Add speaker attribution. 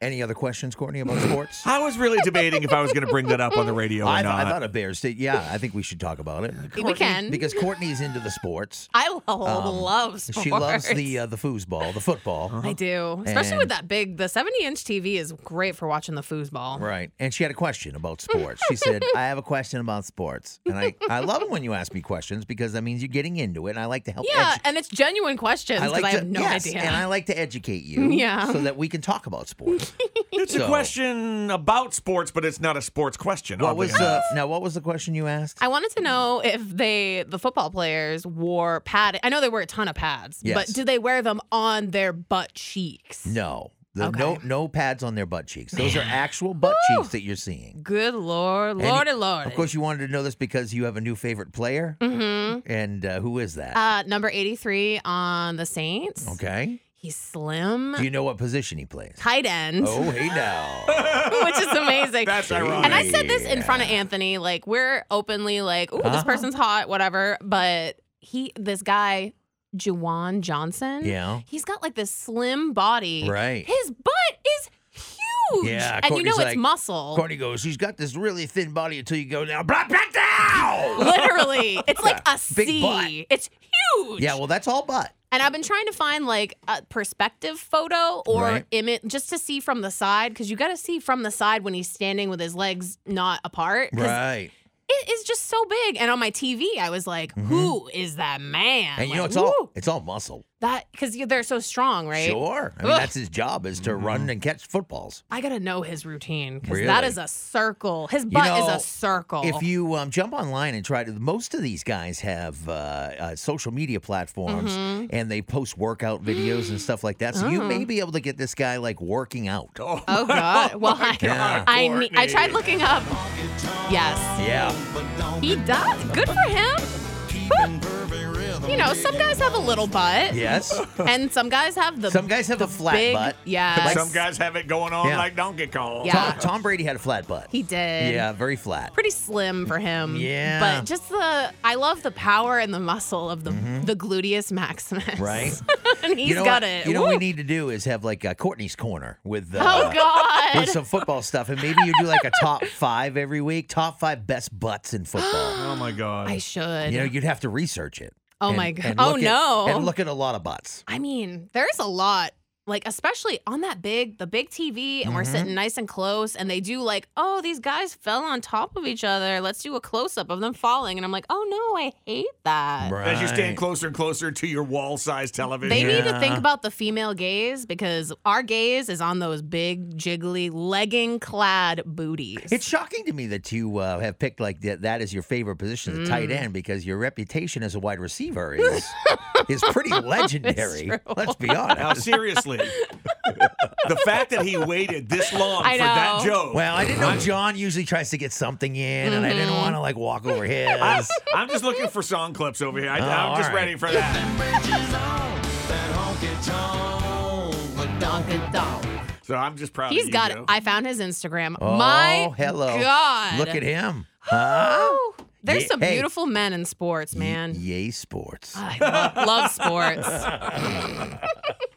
Speaker 1: Any other questions, Courtney, about sports?
Speaker 2: I was really debating if I was going to bring that up on the radio or
Speaker 1: I,
Speaker 2: Oh, not.
Speaker 1: I thought of Bears. State. Yeah, I think we should talk about it
Speaker 3: we can.
Speaker 1: because Courtney's into the sports.
Speaker 3: I lo- love sports. Uh-huh.
Speaker 1: She loves the uh, the foosball, the football.
Speaker 3: I do, especially
Speaker 1: And-
Speaker 3: with that big. The 70 inch TV is great for watching the foosball.
Speaker 1: Right. And she had a question about sports. She said, I have a question about sports. And I, I love it when you ask me questions because that means you're getting into it. And I like to help
Speaker 3: Yeah,
Speaker 1: edu-
Speaker 3: and it's genuine questions
Speaker 1: I
Speaker 3: because
Speaker 1: like
Speaker 3: I,
Speaker 1: to,
Speaker 3: have no
Speaker 1: yes,
Speaker 3: idea.
Speaker 1: And I like to educate you
Speaker 3: Yeah.
Speaker 1: so that we can talk about sports.
Speaker 2: it's
Speaker 1: so-
Speaker 2: a question about sports, but it's not a sports question.
Speaker 1: what
Speaker 2: oddly
Speaker 1: was
Speaker 2: enough.
Speaker 1: the now what was the question you asked?
Speaker 3: I wanted to know if they, the football players, wore pad. I know they wear a ton of pads,
Speaker 1: Yes.
Speaker 3: but do they wear them on their butt cheeks?
Speaker 1: no. The
Speaker 3: Okay.
Speaker 1: no no pads on their butt cheeks. Those are actual butt cheeks that you're seeing.
Speaker 3: Good lord,
Speaker 1: And
Speaker 3: lordy,
Speaker 1: you-
Speaker 3: lord.
Speaker 1: Of course you wanted to know this because you have a new favorite player.
Speaker 3: Mm-hmm.
Speaker 1: And uh, who is that?
Speaker 3: Uh, number 83 on the Saints.
Speaker 1: okay.
Speaker 3: He's slim,
Speaker 1: Do you know what position he plays?
Speaker 3: tight end,
Speaker 1: Oh, hey now.
Speaker 3: which is amazing.
Speaker 2: That's ironic.
Speaker 3: and I said this in front of Anthony. Like we're openly like, "Ooh,
Speaker 1: Uh-huh.
Speaker 3: this person's hot, whatever." But he, this guy, Juwan Johnson,
Speaker 1: Yeah.
Speaker 3: he's got like this slim body.
Speaker 1: Right.
Speaker 3: His butt is huge.
Speaker 1: Yeah,
Speaker 3: and you
Speaker 1: Courtney's
Speaker 3: know
Speaker 1: like,
Speaker 3: it's muscle.
Speaker 1: Courtney goes, she's got this really thin body until you go now, blah, blah, down.
Speaker 3: Literally, it's like a C.
Speaker 1: Big butt.
Speaker 3: It's huge.
Speaker 1: yeah, well, that's all but.
Speaker 3: and I've been trying to find like a perspective photo or
Speaker 1: Right.
Speaker 3: image just to see from the side because you got to see from the side when he's standing with his legs not apart. 'cause
Speaker 1: Right.
Speaker 3: it is just so big. And on my TV, I was like, "Who is that man?"
Speaker 1: Mm-hmm. And you know,
Speaker 3: Like,
Speaker 1: it's all
Speaker 3: woo,
Speaker 1: it's all muscle.
Speaker 3: that because they're so strong, right?
Speaker 1: Sure. I mean,
Speaker 3: Ugh. Mm-hmm.
Speaker 1: that's his job is to run and catch footballs.
Speaker 3: I gotta know his routine because that
Speaker 1: Really?
Speaker 3: is a circle. His butt
Speaker 1: know,
Speaker 3: is a circle.
Speaker 1: If you um, jump online and try to, most of these guys have uh, uh, social media platforms
Speaker 3: Mm-hmm.
Speaker 1: and they post workout videos and stuff like that. So you
Speaker 3: Uh-huh.
Speaker 1: may be able to get this guy like working out.
Speaker 2: Oh,
Speaker 3: oh God, well, I,
Speaker 1: God,
Speaker 3: I, ne- I tried looking up. Yes,
Speaker 1: Yeah.
Speaker 3: he does. Good for him. Whew. You know, some guys have a little butt,
Speaker 1: Yes.
Speaker 3: and some guys have the
Speaker 1: Some guys have a flat
Speaker 3: big.
Speaker 1: butt.
Speaker 3: Yeah,
Speaker 2: some guys have it going on
Speaker 1: Yeah.
Speaker 2: like Donkey Kong.
Speaker 3: Yeah.
Speaker 1: Tom, Tom Brady had a flat butt.
Speaker 3: he did.
Speaker 1: Yeah, very flat.
Speaker 3: pretty slim for him.
Speaker 1: Yeah.
Speaker 3: But just the I love the power and the muscle of the the gluteus maximus.
Speaker 1: Mm-hmm. Right.
Speaker 3: and he's
Speaker 1: you know
Speaker 3: got
Speaker 1: what,
Speaker 3: it.
Speaker 1: You know what we
Speaker 3: Woo.
Speaker 1: need to do is have like uh, Courtney's corner with uh,
Speaker 3: Oh God.
Speaker 1: with some football stuff, and maybe you do like a top five every week, top five best butts in football.
Speaker 2: Oh my God.
Speaker 3: I should.
Speaker 1: you know, you'd have to research it.
Speaker 3: oh
Speaker 1: and-
Speaker 3: my god.
Speaker 1: and
Speaker 3: Oh
Speaker 1: look at-
Speaker 3: no.
Speaker 1: and look at a lot of butts.
Speaker 3: I mean, there's a lot. Like especially on that big the big TV and we're
Speaker 1: Mm-hmm.
Speaker 3: sitting nice and close and they do like, "Oh, these guys fell on top of each other. Let's do a close up of them falling." And I'm like, "Oh no, I hate that."
Speaker 2: As you
Speaker 1: Right.
Speaker 2: stand closer and closer to your wall-sized television.
Speaker 3: They need
Speaker 1: Yeah.
Speaker 3: to think about the female gaze because our gaze is on those big, jiggly, legging clad booties.
Speaker 1: It's shocking to me that you uh, have picked like that, that as your favorite position, the tight
Speaker 3: Mm.
Speaker 1: end, because your reputation as a wide receiver is is pretty legendary.
Speaker 3: true.
Speaker 1: Let's be
Speaker 2: Now,
Speaker 1: honest.
Speaker 2: seriously, the fact that he waited this long
Speaker 3: I
Speaker 2: for that
Speaker 3: know.
Speaker 2: joke.
Speaker 1: Well, I didn't know John usually tries to get something in, and I
Speaker 3: Mm-hmm.
Speaker 1: didn't want to like walk over his.
Speaker 2: I'm just looking for song clips over here. I,
Speaker 1: Oh, all
Speaker 2: I'm just
Speaker 1: right.
Speaker 2: ready for that.
Speaker 3: Donkin' donk.
Speaker 2: So I'm just proud.
Speaker 3: He's
Speaker 2: of you,
Speaker 3: got
Speaker 2: Joe.
Speaker 3: I found his Instagram.
Speaker 1: Oh,
Speaker 3: My
Speaker 1: hello.
Speaker 3: God.
Speaker 1: Look at him. Huh? E
Speaker 3: Woo. There's
Speaker 1: Yeah,
Speaker 3: some
Speaker 1: hey.
Speaker 3: beautiful men in sports, man. Uh,
Speaker 1: Yay, sports.
Speaker 3: I love, love sports.